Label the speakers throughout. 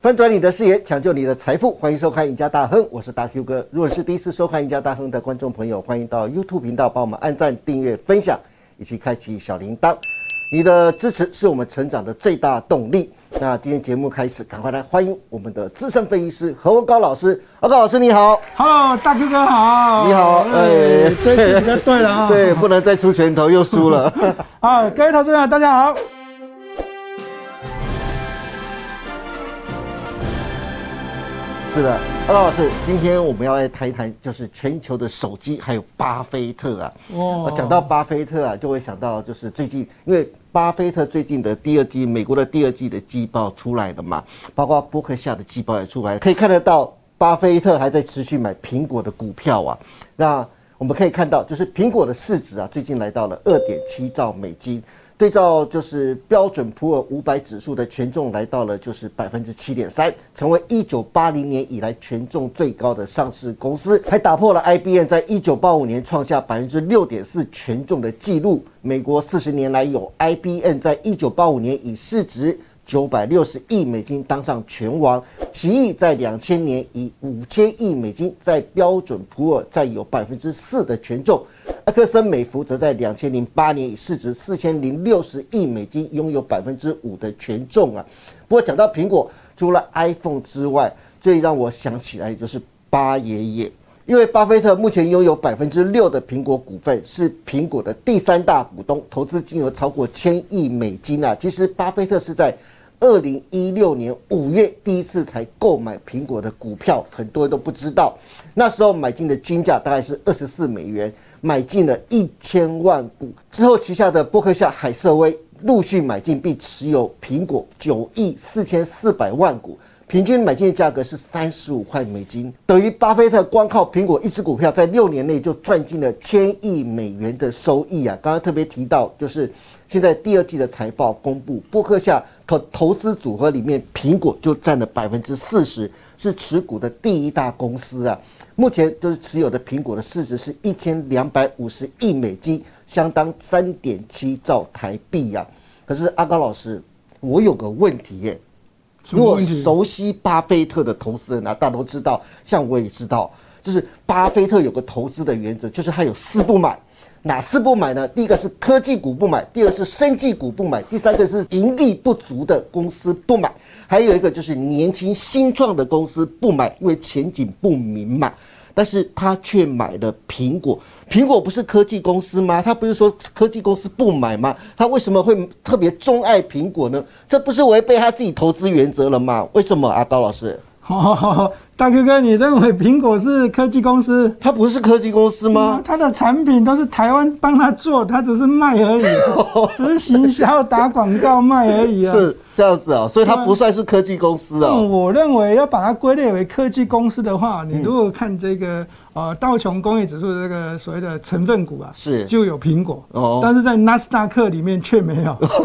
Speaker 1: 翻转你的视野，抢救你的财富，欢迎收看《赢家大亨》，我是大 Q 哥。如果是第一次收看《赢家大亨》的观众朋友，欢迎到 YouTube 频道帮我们按赞、订阅、分享，以及开启小铃铛。你的支持是我们成长的最大动力。那今天节目开始，赶快来欢迎我们的资深分析师何文高老师。何高老师，你好。
Speaker 2: Hello，大哥哥好。
Speaker 1: 你好
Speaker 2: 哦哎
Speaker 1: 哎，
Speaker 2: 这一集比较对了 啊。
Speaker 1: 对，不能再出拳头，又输了。
Speaker 2: 啊，各位投资者大家好。
Speaker 1: 是的，何老师，今天我们要来谈一谈，就是全球的手机，还有巴菲特啊。
Speaker 2: 哦
Speaker 1: 哦，讲到巴菲特啊，就会想到就是最近，因为巴菲特最近的第二季，美国的第二季的季报出来了嘛，包括伯克夏的季报也出来了，可以看得到巴菲特还在持续买苹果的股票啊。那我们可以看到，就是苹果的市值啊，最近来到了二点七兆美金，对照就是标准普尔五百指数的权重来到了就是百分之七点三，成为一九八零年以来权重最高的上市公司，还打破了 IBM 在一九八五年创下百分之六点四权重的记录。美国四十年来有 IBM 在一九八五年以市值九百六十亿美金当上拳王，奇异在两千年以五千亿美金在标准普尔占有百分之四的权重，埃克森美孚则在两千零八年以市值四千零六十亿美金拥有百分之五的权重啊。不过讲到苹果，除了 iPhone 之外，最让我想起来就是巴爷爷。因为巴菲特目前拥有百分之六的苹果股份，是苹果的第三大股东，投资金额超过千亿美金啊！其实巴菲特是在二零一六年五月第一次才购买苹果的股票，很多人都不知道。那时候买进的均价大概是二十四美元，买进了一千万股。之后旗下的伯克夏海瑟威陆续买进并持有苹果九亿四千四百万股。平均买进的价格是三十五块美金，等于巴菲特光靠苹果一只股票，在六年内就赚进了千亿美元的收益啊！刚刚特别提到，就是现在第二季的财报公布，伯克夏投投资组合里面，苹果就占了百分之四十，是持股的第一大公司啊。目前就是持有的苹果的市值是一千两百五十亿美金，相当三点七兆台币呀、啊。可是阿高老师，我有个问题耶、
Speaker 2: 什
Speaker 1: 如
Speaker 2: 么
Speaker 1: 果
Speaker 2: 问题
Speaker 1: 熟悉巴菲特的投资人啊，大家都知道，像我也知道，就是巴菲特有个投资的原则，就是他有四不买。哪四不买呢？第一个是科技股不买，第二个是生技股不买，第三个是盈利不足的公司不买，还有一个就是年轻新创的公司不买，因为前景不明嘛。但是他却买了苹果，苹果不是科技公司吗？他不是说科技公司不买吗？他为什么会特别钟爱苹果呢？这不是违背他自己投资原则了吗？为什么啊，高老师？
Speaker 2: 哦， 大哥哥，你认为苹果是科技公司
Speaker 1: 他不是科技公司吗？？
Speaker 2: 它的产品都是台湾帮他做，他只是卖而 已，啊只是行销打广告卖而已啊。
Speaker 1: 嗯是这样子啊、所以他不算是科技公司啊、
Speaker 2: 嗯，我认为要把它归类为科技公司的
Speaker 1: 嗯
Speaker 2: 话，你如果看这个呃道琼工业指数的这个所谓的成分股啊，
Speaker 1: 是
Speaker 2: 就有苹果，
Speaker 1: 哦
Speaker 2: 但是在纳斯达克里面却没有，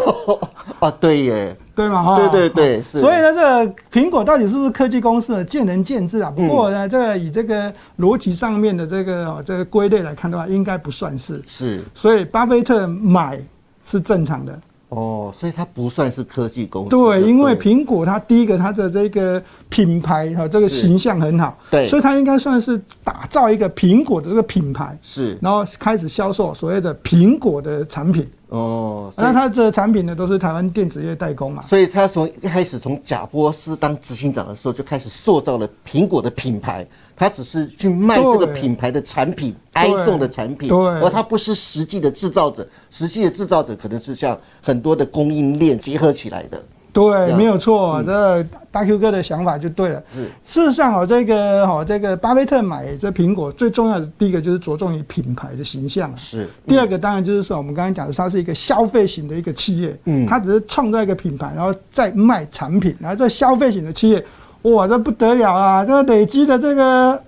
Speaker 1: 啊，对耶，
Speaker 2: 对吗？哈，
Speaker 1: 对对对，是。
Speaker 2: 所以呢，这个苹果到底是不是科技公司呢？见仁见智啊。
Speaker 1: 嗯
Speaker 2: 不过呢，这个以这个逻辑上面的这个哦这个归类来看的话，应该不算是。
Speaker 1: 是
Speaker 2: 所以巴菲特买是正常的，
Speaker 1: 哦，所以它不算是科技公司。
Speaker 2: 对，因为
Speaker 1: 对
Speaker 2: 苹果它第一个它的这个品牌和这个
Speaker 1: 是
Speaker 2: 形象很好，
Speaker 1: 对
Speaker 2: 所以它应该算是打造一个苹果的这个品牌，
Speaker 1: 是
Speaker 2: 然后开始销售所谓的苹果的产品。
Speaker 1: 哦，所以
Speaker 2: 那它这产品呢，都是台湾电子业代工嘛。
Speaker 1: 所以他从一开始从贾波斯当执行长的时候就开始塑造了苹果的品牌，他只是去卖这个品牌的产品，iPhone 的产品，
Speaker 2: 对
Speaker 1: 而他不是实际的制造者，实际的制造者可能是像很多的供应链结合起来的，
Speaker 2: 对，
Speaker 1: 样嗯
Speaker 2: 没有错，这大 Q 哥的想法就对了。
Speaker 1: 是
Speaker 2: 事实上哦，这个哦，这个巴菲特买这苹果最重要的第一个就是着重于品牌的形象啊。
Speaker 1: 是
Speaker 2: 第二个当然就是说，我们刚才讲的，它是一个消费型的一个企业，嗯，它只是创造一个品牌，然后再卖产品，然后这消费型的企业，哇，这不得了啊！这累积的这个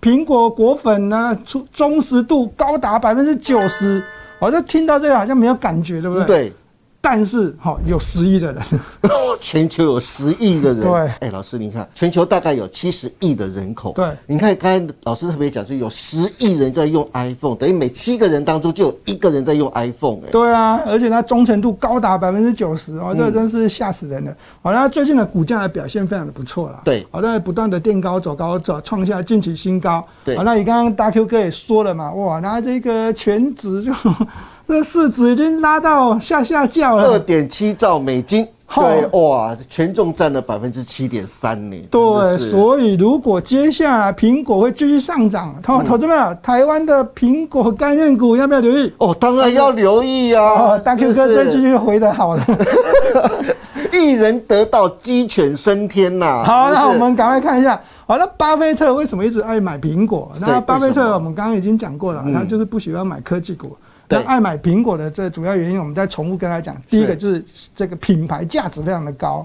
Speaker 2: 苹果果粉呢，忠哦忠实度高达百分之九十，我这听到这个好像没有感觉，对不对？。
Speaker 1: 对，
Speaker 2: 但是哈、哦有十亿的人，
Speaker 1: 全球有十亿个人，
Speaker 2: 对
Speaker 1: 哎，老师，你看，全球大概有七十亿的人口，
Speaker 2: 对
Speaker 1: 你看刚才老师特别讲，说有十亿人在用 iPhone，等于每七个人当中就有一个人在用 iPhone，哎，
Speaker 2: 对啊，而且它忠诚度高达百分之九十哦，
Speaker 1: 嗯
Speaker 2: 这真是吓死人了。好、那最近的股价的表现非常的不错啦，
Speaker 1: 对
Speaker 2: 好、那不断的垫高走高走，创下近期新高。
Speaker 1: 对
Speaker 2: 好、那你刚刚大 Q 哥也说了嘛，哇，那这个全指就那市值已经拉到下下叫
Speaker 1: 二
Speaker 2: 了。
Speaker 1: 点七兆美金，
Speaker 2: 嗯好
Speaker 1: 对，哇，权重占了百分之七点三呢，
Speaker 2: 对，
Speaker 1: 真的是
Speaker 2: 所以如果接下来苹果会继续上涨，
Speaker 1: 嗯
Speaker 2: 投投资们，台湾的苹果概念股要不要留意？
Speaker 1: 哦，当然要留意啊
Speaker 2: 哦，，大 Q
Speaker 1: 是
Speaker 2: 哥
Speaker 1: 不是
Speaker 2: 这句回的好了。
Speaker 1: 一人得道，鸡犬升天呐、
Speaker 2: 好，
Speaker 1: 是不啊是
Speaker 2: 那我们赶快看一下。好，那巴菲特为什么一直爱买苹果？
Speaker 1: 对
Speaker 2: 那巴菲
Speaker 1: 为什
Speaker 2: 特
Speaker 1: 么
Speaker 2: 我们刚刚已经讲过了，
Speaker 1: 嗯
Speaker 2: 他就是不喜欢买科技股。
Speaker 1: 对
Speaker 2: 那爱买苹果的这主要原因，我们再重复跟他讲。第一个
Speaker 1: 是
Speaker 2: 就是这个品牌价值非常的高，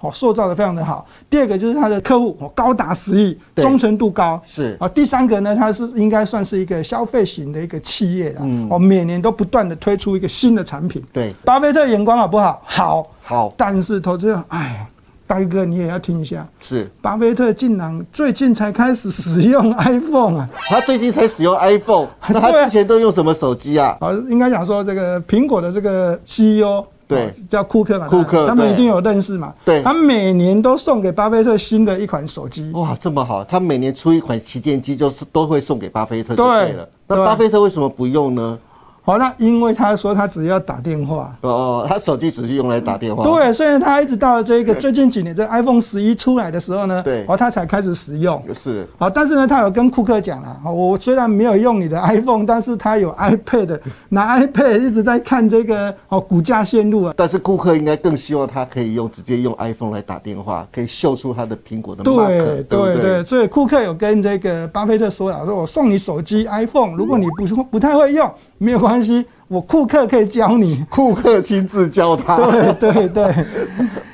Speaker 2: 哦，塑造的非常的好。第二个就是他的客户哦高达十亿，
Speaker 1: 对
Speaker 2: 忠诚度高。
Speaker 1: 是
Speaker 2: 啊，第三个呢，它是应该算是一个消费型的一个企业啦，
Speaker 1: 嗯
Speaker 2: 哦，每年都不断的推出一个新的产品。
Speaker 1: 对
Speaker 2: 巴菲特眼光好不好？好，
Speaker 1: 好
Speaker 2: 但是投资人，哎，大哥你也要听一下，
Speaker 1: 是，
Speaker 2: 巴菲特竟然最近才开始使用 iPhone 啊，
Speaker 1: 他最近才使用 iPhone，那
Speaker 2: 对
Speaker 1: 他
Speaker 2: 啊
Speaker 1: 之前都用什么手机啊？
Speaker 2: 啊，应该讲说这个苹果的这个 CEO。
Speaker 1: 对
Speaker 2: 哦叫库克嘛，
Speaker 1: 库克
Speaker 2: 他们
Speaker 1: 对
Speaker 2: 一定有认识嘛。
Speaker 1: 对哦
Speaker 2: 他每年都送给巴菲特新的一款手机。
Speaker 1: 哇，这么好，他每年出一款旗舰机，就是都会送给巴菲特就
Speaker 2: 对
Speaker 1: 对了。那
Speaker 2: 对
Speaker 1: 巴菲特为什么不用呢？
Speaker 2: 好，哦那因为他说他只要打电话，
Speaker 1: 哦，他手机只是用来打电话。，
Speaker 2: 对，所以他一直到这个最近几年，这 iPhone 十一出来的时候呢，
Speaker 1: 对
Speaker 2: 哦，他才开始使用。
Speaker 1: 是，
Speaker 2: 好，但是呢，他有跟库克讲了，哦我虽然没有用你的 iPhone，但是他有 iPad，拿 iPad 一直在看这个哦股价线路啊。
Speaker 1: 但是顾客应该更希望他可以用直接用 iPhone 来打电话，可以秀出他的苹果的 mark，
Speaker 2: 对
Speaker 1: 不。
Speaker 2: 对对，所以库克有跟这个巴菲特说了，说我送你手机 iPhone，如果你不不太会用，没有关系，我库克可以教你
Speaker 1: 库克亲自教他。
Speaker 2: 对对对，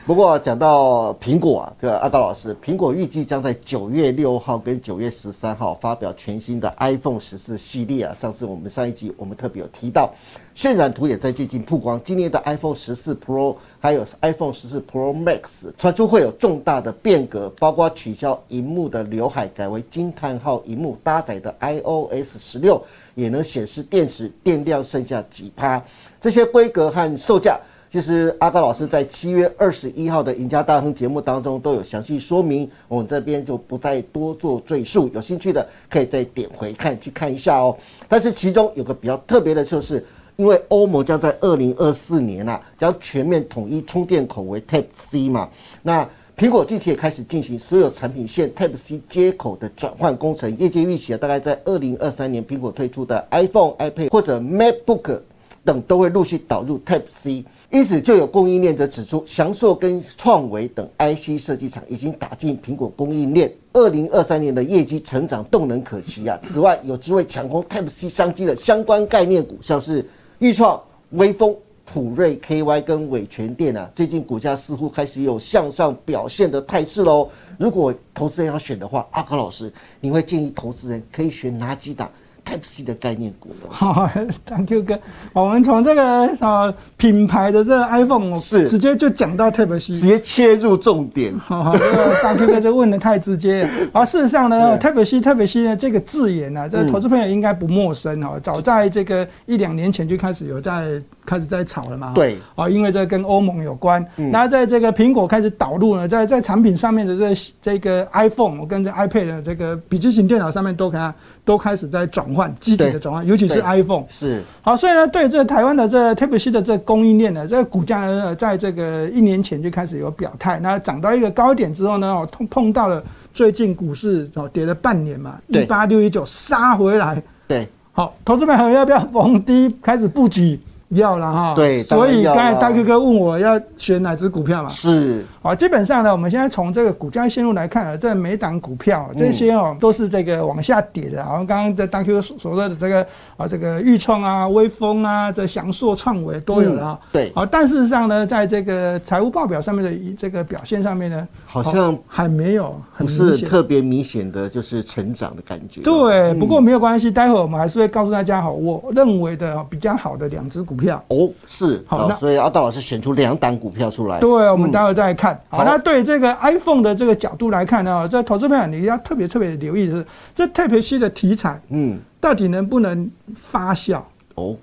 Speaker 1: 不过讲到苹果啊，这个阿高老师，苹果预计将在九月六号跟九月十三号发表全新的 iPhone 十四系列啊。上次我们上一集我们特别有提到，渲染图也在最近曝光。今年的 iPhone 十四 Pro 还有 iPhone 十四 Pro Max 传出会有重大的变革，包括取消荧幕的刘海，改为惊叹号荧幕搭载的 iOS 十六，也能显示电池电量剩下几趴。这些规格和售价。其实阿高老师在七月二十一号的《赢家大亨》节目当中都有详细说明，我们这边就不再多做赘述。有兴趣的可以再点回看去看一下哦。但是其中有个比较特别的就是，因为欧盟将在二零二四年啊，将全面统一充电口为 Type C 嘛，那。苹果近期也开始进行所有产品线 Type C 接口的转换工程，业界预期啊，大概在二零二三年，苹果推出的 iPhone、iPad 或者 MacBook 等都会陆续导入 Type C。因此，就有供应链者指出，翔硕跟创维等 IC 设计厂已经打进苹果供应链，二零二三年的业绩成长动能可期啊！此外，有机会抢攻 Type C 商机的相关概念股，像是裕创、微风、普瑞 KY 跟伟全电啊，最近股价似乎开始有向上表现的态势喽。如果投资人要选的话，阿高老师，你会建议投资人可以选哪几档 Type C 的概念股呢？
Speaker 2: 好、t h a n k you 哥，我们从这个什么品牌的这个 iPhone，我
Speaker 1: 是
Speaker 2: 直接就讲到 Type C。
Speaker 1: 直接切入重点。
Speaker 2: 好好，这个大 Q 哥就问的太直接 了。而事实上呢，特别西特别西呢这个字眼呢、啊，
Speaker 1: 嗯
Speaker 2: 这个投资朋友应该不陌生哈、哦。早在这个一两年前就开始有在开始在炒了嘛。
Speaker 1: 对嗯
Speaker 2: 啊、因为这跟欧盟有关。然后在这个苹果开始导入呢，在在产品上面的这这个 iPhone 跟这 iPad 的这个笔记型电脑上面都开都开始在转换，积极的
Speaker 1: 对
Speaker 2: 转换，尤其是
Speaker 1: 对
Speaker 2: iPhone。
Speaker 1: 是
Speaker 2: 好，所以呢，对这台湾的这 t y p e C 的这供应链呢，这个股价呢，在这个一年前就开始有表态，那涨到一个高点之后呢，哦，碰碰到了最近股市哦跌了半年嘛，一
Speaker 1: 对
Speaker 2: 八六一九杀回来，
Speaker 1: 对，
Speaker 2: 好，投资朋友要不要逢低开始布局？要了哈，
Speaker 1: 对
Speaker 2: 所
Speaker 1: 当然
Speaker 2: 以
Speaker 1: 要
Speaker 2: 刚才
Speaker 1: 啦
Speaker 2: 大 Q 哥问我要选哪只股票嘛，
Speaker 1: 是，
Speaker 2: 好，哦基本上呢，我们现在从这个股价线路来看啊，这每档股票啊这些
Speaker 1: 嗯
Speaker 2: 哦都是这个往下跌的，好像刚刚这当 Q 所说的这个啊，这个豫创啊、威风啊、这翔硕、创维都有了啊。
Speaker 1: 嗯对
Speaker 2: 好，但事实上呢，在这个财务报表上面的一这个表现上面呢，哦
Speaker 1: 好像
Speaker 2: 还没有，很
Speaker 1: 不
Speaker 2: 明
Speaker 1: 是
Speaker 2: 显。
Speaker 1: 特别明显的就是成长的感觉。
Speaker 2: 对，不
Speaker 1: 嗯
Speaker 2: 过没有关系，待会儿我们还是会告诉大家，好，我认为的比较好的两只股票。
Speaker 1: 哦，是
Speaker 2: 好
Speaker 1: 哦
Speaker 2: 那
Speaker 1: 所以阿道老师选出两档股票出来。
Speaker 2: 对，我们待会儿再来看。
Speaker 1: 哎嗯好
Speaker 2: 好，那对这个 iPhone 的这个角度来看呢，这投资朋友你要特别特别留意的是，这 Type C 的题材
Speaker 1: 嗯，
Speaker 2: 到底能不能发酵？
Speaker 1: 哦，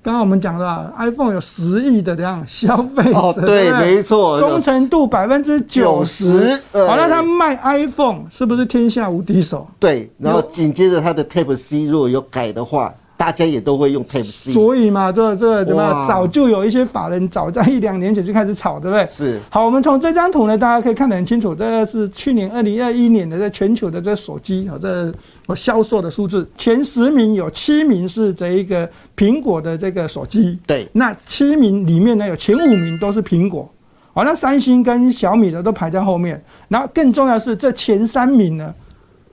Speaker 2: 刚刚我们讲了，iPhone 有十亿的这样消费者，
Speaker 1: 哦
Speaker 2: 不
Speaker 1: 对没错
Speaker 2: 忠诚度百分之九十
Speaker 1: 90。呃
Speaker 2: 好，那他卖 iPhone 是不是天下无敌手？
Speaker 1: 对，然后紧接着它的 Type C 如果有改的话，大家也都会用 Type C。
Speaker 2: 所以嘛，这这怎么
Speaker 1: 哇
Speaker 2: 样早就有一些法人早在一两年前就开始炒，对不对？
Speaker 1: 是
Speaker 2: 好，我们从这张图呢，大家可以看得很清楚，这是去年二零二一年的这全球的这手机啊，这我销售的数字，前十名有七名是这一个苹果的这个手机，
Speaker 1: 对
Speaker 2: 那七名里面呢，有前五名都是苹果，好，那三星跟小米的都排在后面，然后更重要的是这前三名呢，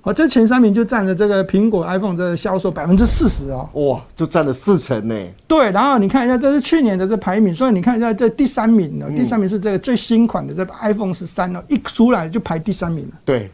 Speaker 2: 哦，这前三名就占了这个苹果 iPhone 的销售百分之四十哦。
Speaker 1: 哇，就占了四成呢。
Speaker 2: 对，然后你看一下，这是去年的这排名，所以你看一下这第三名
Speaker 1: 嗯
Speaker 2: 呢，第三名是这个最新款的这个 iPhone 十三哦，一出来就排第三名了。
Speaker 1: 对，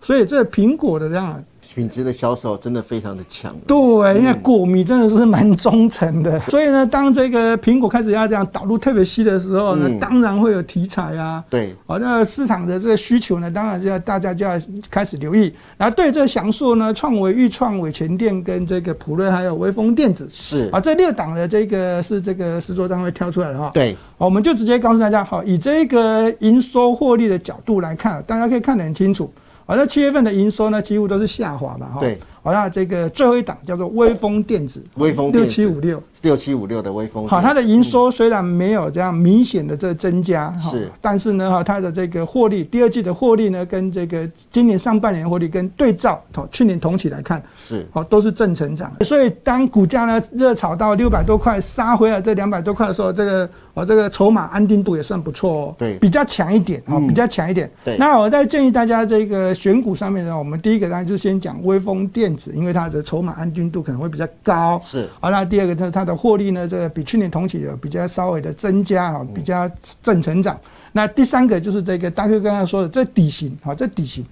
Speaker 2: 所以这苹果的这样啊，
Speaker 1: 品质的销售真的非常的强。
Speaker 2: 对，因
Speaker 1: 嗯
Speaker 2: 为果迷真的是蛮忠 诚的。所以呢，当这个苹果开始要这样导入特别稀的时候呢
Speaker 1: 嗯，
Speaker 2: 当然会有题材啊。
Speaker 1: 对，
Speaker 2: 好，那市场的这个需求呢，当然就要大家就要开始留意。然后对这翔硕呢、创维、豫创、伟全电跟这个普瑞还有微风电子，
Speaker 1: 是
Speaker 2: 啊，这六档的这个是这个制作单位挑出来的哈。
Speaker 1: 对，
Speaker 2: 好，我们就直接告诉大家，好，以这个营收获利的角度来看，大家可以看得很清楚。好，那七月份的营收呢，几乎都是下滑嘛，哈。
Speaker 1: 对。
Speaker 2: 好，那这个最后一档叫做微风电子，
Speaker 1: 微风
Speaker 2: 六
Speaker 1: 电子
Speaker 2: 七五六。
Speaker 1: 六七五六的微风。
Speaker 2: 好，它的营收虽然没有这样明显的这增加，哈
Speaker 1: 是
Speaker 2: 但是呢，哈，它的这个获利，第二季的获利呢，跟这个今年上半年获利跟对照，哦，去年同期来看，
Speaker 1: 嗯是
Speaker 2: 好，哦都是正成长。所以当股价呢热炒到六百多块，杀回来这两百多块的时候，这个我、这个筹码安定度也算不错哦，
Speaker 1: 对嗯
Speaker 2: 比较强一点啊、哦比较强一点。
Speaker 1: 对
Speaker 2: 那我再建议大家这个选股上面呢，我们第一个当然就先讲微风电子，因为它的筹码安定度可能会比较高。
Speaker 1: 是
Speaker 2: 好，那第二个它它的获利呢，这个比去年同期有比较稍微的增加
Speaker 1: 嗯
Speaker 2: 哈，比较正成长。那第三个就是这个大 Q 刚刚说的这底型，好，这底型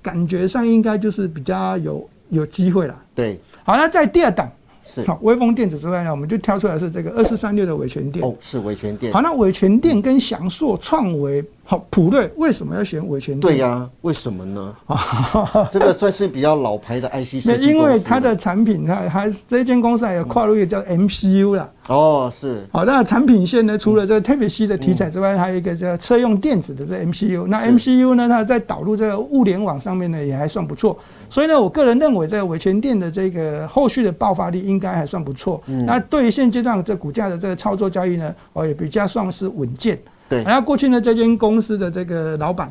Speaker 2: 感觉上应该就是比较有有机会啦。
Speaker 1: 对，
Speaker 2: 好，那在第二档，
Speaker 1: 是
Speaker 2: 好，微风电子之外呢，我们就挑出来是这个二四三六的维权店。
Speaker 1: 哦，是维权店
Speaker 2: 好，。那维权店跟翔硕、创维、好普瑞为什么要选维权店？
Speaker 1: 对呀、为什么 呢？这个算是比较老牌的 IC
Speaker 2: 那
Speaker 1: 设计
Speaker 2: 因为
Speaker 1: 公司
Speaker 2: 它的产品，它还这间公司还有跨入一个叫 MCU 啦。
Speaker 1: 哦是
Speaker 2: 好，那产品线呢，除了这个特别稀的题材之外，还有一个叫车用电子的这 MCU。那 MCU 呢，它在导入这个物联网上面呢，也还算不错。所以呢，我个人认为这个维权店的这个后续的爆发力应该还算不错。那对于现阶段这股价的这个操作交易呢，哦，也比较算是稳健。
Speaker 1: 对
Speaker 2: 然后过去呢，这间公司的这个老板，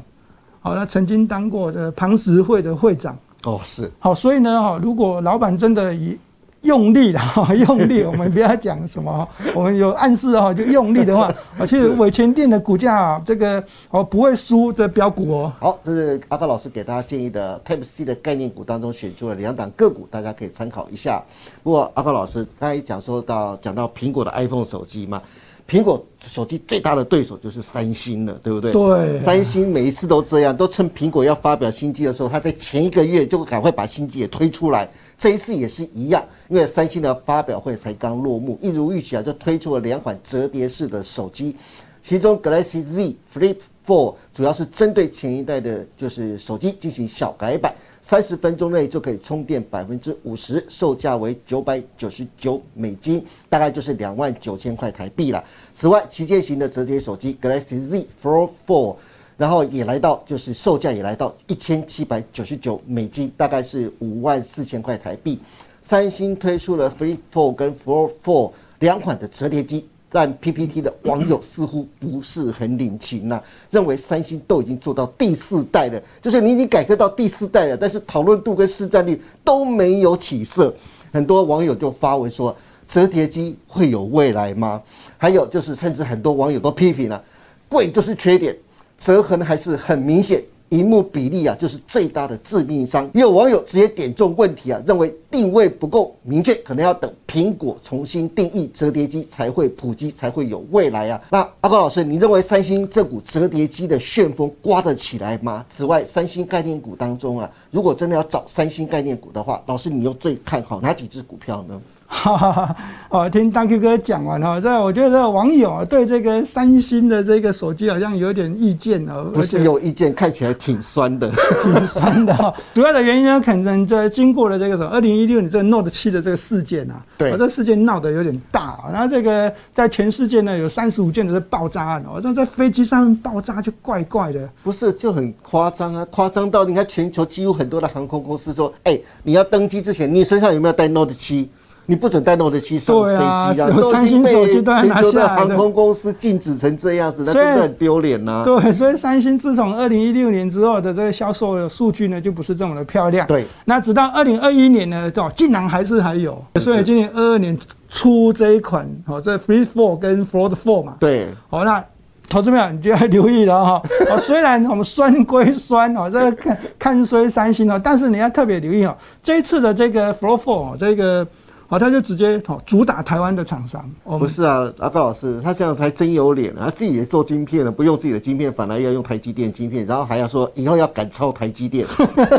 Speaker 2: 好，那曾经当过的庞石会的会长。
Speaker 1: 哦是
Speaker 2: 好，所以呢，哈，如果老板真的以用力了，哈， 用 力，我们不要讲什么，哈我们有暗示哈，就用力 的话，啊，其实伟全店的股价啊，这个哦不会输这标股哦。
Speaker 1: 好，这是阿发老师给大家建议的 Type C 的概念股当中选出了两档个股，大家可以参考一下。不过阿发老师刚才讲说到讲到苹果的 iPhone 手机嘛，苹果手机最大的对手就是三星了，对不对？
Speaker 2: 对
Speaker 1: 三星每一次都这样，都趁苹果要发表新机的时候，他在前一个月就赶快把新机也推出来。这一次也是一样，因为三星的发表会才刚落幕，一如预期啊，就推出了两款折叠式的手机，其中 Galaxy Z Flip。Four 主要是针对前一代的，就是手机进行小改版，三十分钟内就可以充电百分之五十，售价为九百九十九美金，大概就是两万九千块台币了。此外，旗舰型的折叠手机 Galaxy Z Fold Four，然后也来到就是售价也来到一千七百九十九美金，大概是五万四千块台币。三星推出了 Flip Four 跟 Fold Four 两款的折叠机，但 PPT 的网友似乎不是很领情呐、啊认为三星都已经做到第四代了，就是你已经改革到第四代了，但是讨论度跟市占率都没有起色。很多网友就发文说，折叠机会有未来吗？还有就是，甚至很多网友都批评了、贵就是缺点，折痕还是很明显。荧幕比例啊，就是最大的致命伤。也有网友直接点中问题啊，认为定位不够明确，可能要等苹果重新定义折叠机才会普及，才会有未来啊。那阿高老师，你认为三星这股折叠机的旋风刮得起来吗？此外，三星概念股当中啊，如果真的要找三星概念股的话，老师你又最看好哪几只股票呢？
Speaker 2: 哈哈哈！哦，听大 Q 哥讲完哈，这我觉得这个网友啊对这个三星的这个手机好像有点意见哦，
Speaker 1: 不是有意见，看起来挺酸 的。
Speaker 2: 挺酸的 哈、主要的原因呢，可能这经过了这个什么二零一六年这个 Note 七的这个事件啊，
Speaker 1: 对
Speaker 2: 哦这事件闹得有点大、啊，然后这个在全世界呢有三十五件的这爆炸案哦，这在飞机上面爆炸就怪怪的。
Speaker 1: 不是就很夸张啊？夸张到你看全球几乎很多的航空公司说，哎、你要登机之前，你身上有没有带 Note 七？你不准带 Note 七上飞
Speaker 2: 对啊
Speaker 1: 机啊！
Speaker 2: 有
Speaker 1: 都已
Speaker 2: 三
Speaker 1: 经
Speaker 2: 星手机
Speaker 1: 被
Speaker 2: 都要拿
Speaker 1: 全球
Speaker 2: 下
Speaker 1: 的
Speaker 2: 来
Speaker 1: 航
Speaker 2: 的
Speaker 1: 空公司禁止成这样子，那
Speaker 2: 所以
Speaker 1: 真的很丢脸啊呐。
Speaker 2: 对， 所以三星自从二零一六年之后的这个销售的数据呢，就不是这么的漂亮。
Speaker 1: 对，
Speaker 2: 那直到二零二一年呢，哦，竟然还是还有，所以今年二二年出这一款哦，这 Free Four 跟 Fold Four 嘛，
Speaker 1: 对，
Speaker 2: 好、那投资朋友你就要留意 了哈、哦。虽然我们酸归酸哦，这个看看衰三星哦，但是你要特别留意哦，这一次的这个 Flow Four 哦这个哦，它就直接哦主打台湾的厂商。我
Speaker 1: 不
Speaker 2: 们
Speaker 1: 是啊，阿高老师，他这样才真有脸啊！他自己也做晶片了，不用自己的晶片，反而要用台积电晶片，然后还要说以后要赶超台积电。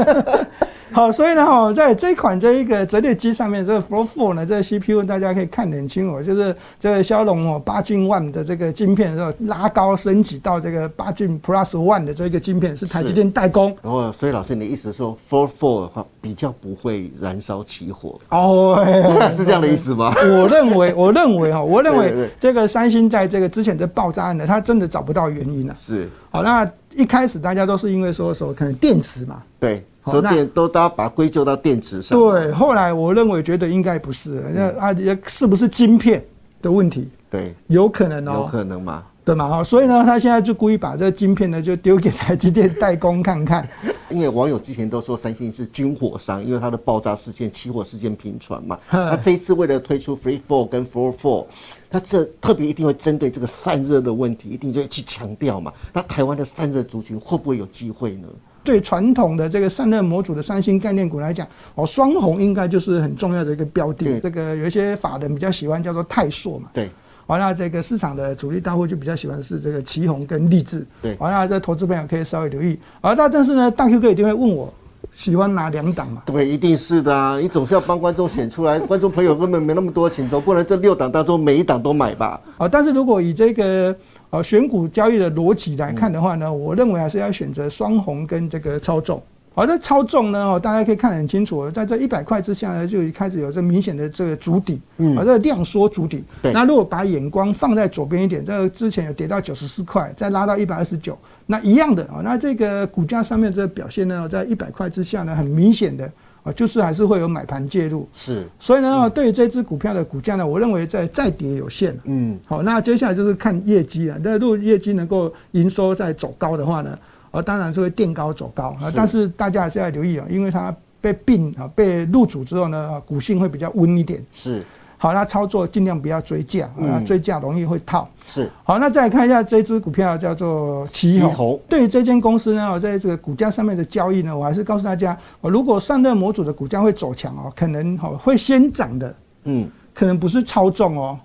Speaker 2: 好，所以呢，哦，在这款这一个折叠机上面，这个 Flow Four 呢，这个 CPU 大家可以看得很清楚，就是这个骁龙哦八 Gen One 的这个晶片，然后拉高升级到这个八 Gen Plus One 的这个晶片，是台积
Speaker 1: 是
Speaker 2: 电代工。
Speaker 1: 然后，所以老师，你的意思说 Four Four 的话比较不会燃烧起火，
Speaker 2: 哦，哎呦
Speaker 1: 是这样的意思吗？
Speaker 2: 我 认为，我认为哈，我认
Speaker 1: 对对
Speaker 2: 为
Speaker 1: 对
Speaker 2: 这个三星在这个之前的爆炸案呢，它真的找不到原因了、
Speaker 1: 是，
Speaker 2: 好，那一开始大家都是因为说说可能电池嘛，
Speaker 1: 对，
Speaker 2: 好
Speaker 1: 说
Speaker 2: 那
Speaker 1: 电都大家把它归咎到电池上。
Speaker 2: 对。后来我认为觉得应该不是，
Speaker 1: 嗯
Speaker 2: 那啊也是不是晶片的问题，
Speaker 1: 对，
Speaker 2: 有可能
Speaker 1: 有
Speaker 2: 哦，
Speaker 1: 可能嘛？
Speaker 2: 对嘛哈，所以呢，他现在就故意把这个晶片呢就丢给台积电代工看看。
Speaker 1: 因为网友之前都说三星是军火商，因为它的爆炸事件、起火事件频传 嘛。那这一次为了推出 Free Four 跟 Four Four，它这特别一定会针对这个散热的问题，一定就会去强调嘛。那台湾的散热族群会不会有机会呢？
Speaker 2: 对传统的这个散热模组的三星概念股来讲，哦，双红应该就是很重要的一个标的。
Speaker 1: 对
Speaker 2: 这个有一些法人比较喜欢叫做泰硕嘛，
Speaker 1: 对，
Speaker 2: 完了，这个市场的主力大户就比较喜欢是这个旗宏跟立志。
Speaker 1: 对
Speaker 2: 完了，这投资朋友可以稍微留意。而那但是呢，大 Q 哥一定会问我喜欢哪两档嘛？
Speaker 1: 对，一定是的啊！你总是要帮观众选出来，观众朋友根本没那么多钱，总不能这六档当中每一档都买吧？
Speaker 2: 啊，但是如果以这个呃选股交易的逻辑来看的话呢，我认为还是要选择双红跟这个超重。好，这超重呢，哦，大家可以看得很清楚，在这一百块之下呢，就开始有这明显的这个主底，嗯，啊，这个量缩主底。
Speaker 1: 对
Speaker 2: 那如果把眼光放在左边一点，这个之前有跌到九十四块，再拉到一百二十九，那一样的啊、哦，那这个股价上面这个表现呢，哦在一百块之下呢，很明显的啊、哦，就是还是会有买盘介入。
Speaker 1: 是，
Speaker 2: 所以呢，哦对于这只股票的股价呢，我认为在再跌有限了。
Speaker 1: 嗯，
Speaker 2: 好，那接下来就是看业绩啊。那如果业绩能够营收再走高的话呢，啊，当然就会垫高走高啊
Speaker 1: 是。
Speaker 2: 但是大家还是要留意啊，因为它被并啊被入主之后呢，啊股性会比较温一点。
Speaker 1: 是，
Speaker 2: 好，那操作尽量不要追价，
Speaker 1: 嗯
Speaker 2: 啊，追价容易会套。
Speaker 1: 是，
Speaker 2: 好，那再来看一下这只股票叫做旗
Speaker 1: 旗宏
Speaker 2: 宏。对于这间公司呢，我在这个股价上面的交易呢，我还是告诉大家，哦如果散热模组的股价会走强哦，可能哦会先涨的，
Speaker 1: 嗯，
Speaker 2: 可能不是超重哦，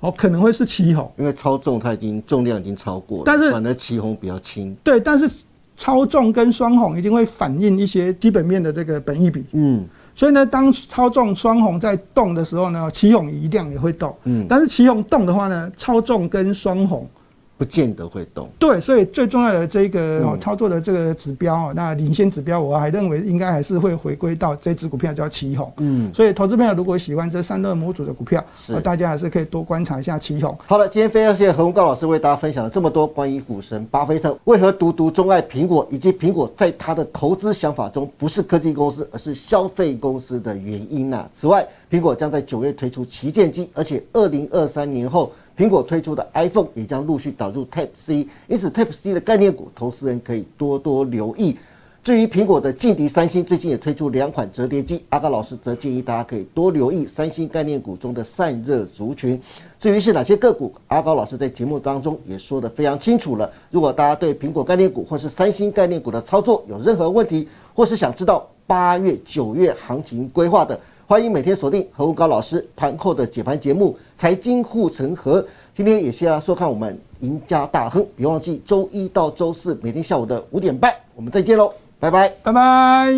Speaker 2: 哦可能会是旗宏。
Speaker 1: 因为超重它已经重量已经超过了，
Speaker 2: 但是
Speaker 1: 反而旗红比较轻。
Speaker 2: 对，但是超重跟双红一定会反映一些基本面的这个本益比，
Speaker 1: 嗯，
Speaker 2: 所以呢，当超重双红在动的时候呢，旗红一定也会动。
Speaker 1: 嗯
Speaker 2: 但是旗红动的话呢，超重跟双红。
Speaker 1: 不见得会动。
Speaker 2: 对，所以最重要的这个、哦
Speaker 1: 嗯
Speaker 2: 操作的这个指标哦，那领先指标，我还认为应该还是会回归到这只股票叫旗红。
Speaker 1: 嗯，
Speaker 2: 所以投资朋友如果喜欢这散热模组的股票，
Speaker 1: 是
Speaker 2: 呃大家还是可以多观察一下旗红。
Speaker 1: 好了，今天非常谢谢何文高老师为大家分享了这么多关于股神巴菲特为何独独钟爱苹果，以及苹果在他的投资想法中不是科技公司，而是消费公司的原因呐、此外，苹果将在九月推出旗舰机，而且二零二三年后。苹果推出的 iPhone 也将陆续导入 Type C，因此 Type C 的概念股，投资人可以多多留意。至于苹果的劲敌三星，最近也推出两款折叠机，阿高老师则建议大家可以多留意三星概念股中的散热族群。至于是哪些个股，阿高老师在节目当中也说得非常清楚了。如果大家对苹果概念股或是三星概念股的操作有任何问题，或是想知道八月、九月行情规划的，欢迎每天锁定何文高老师盘后的解盘节目《财经护城河》。今天也谢谢大家收看我们赢家大亨，别忘记周一到周四每天下午的五点半，我们再见喽，拜拜。
Speaker 2: 拜拜。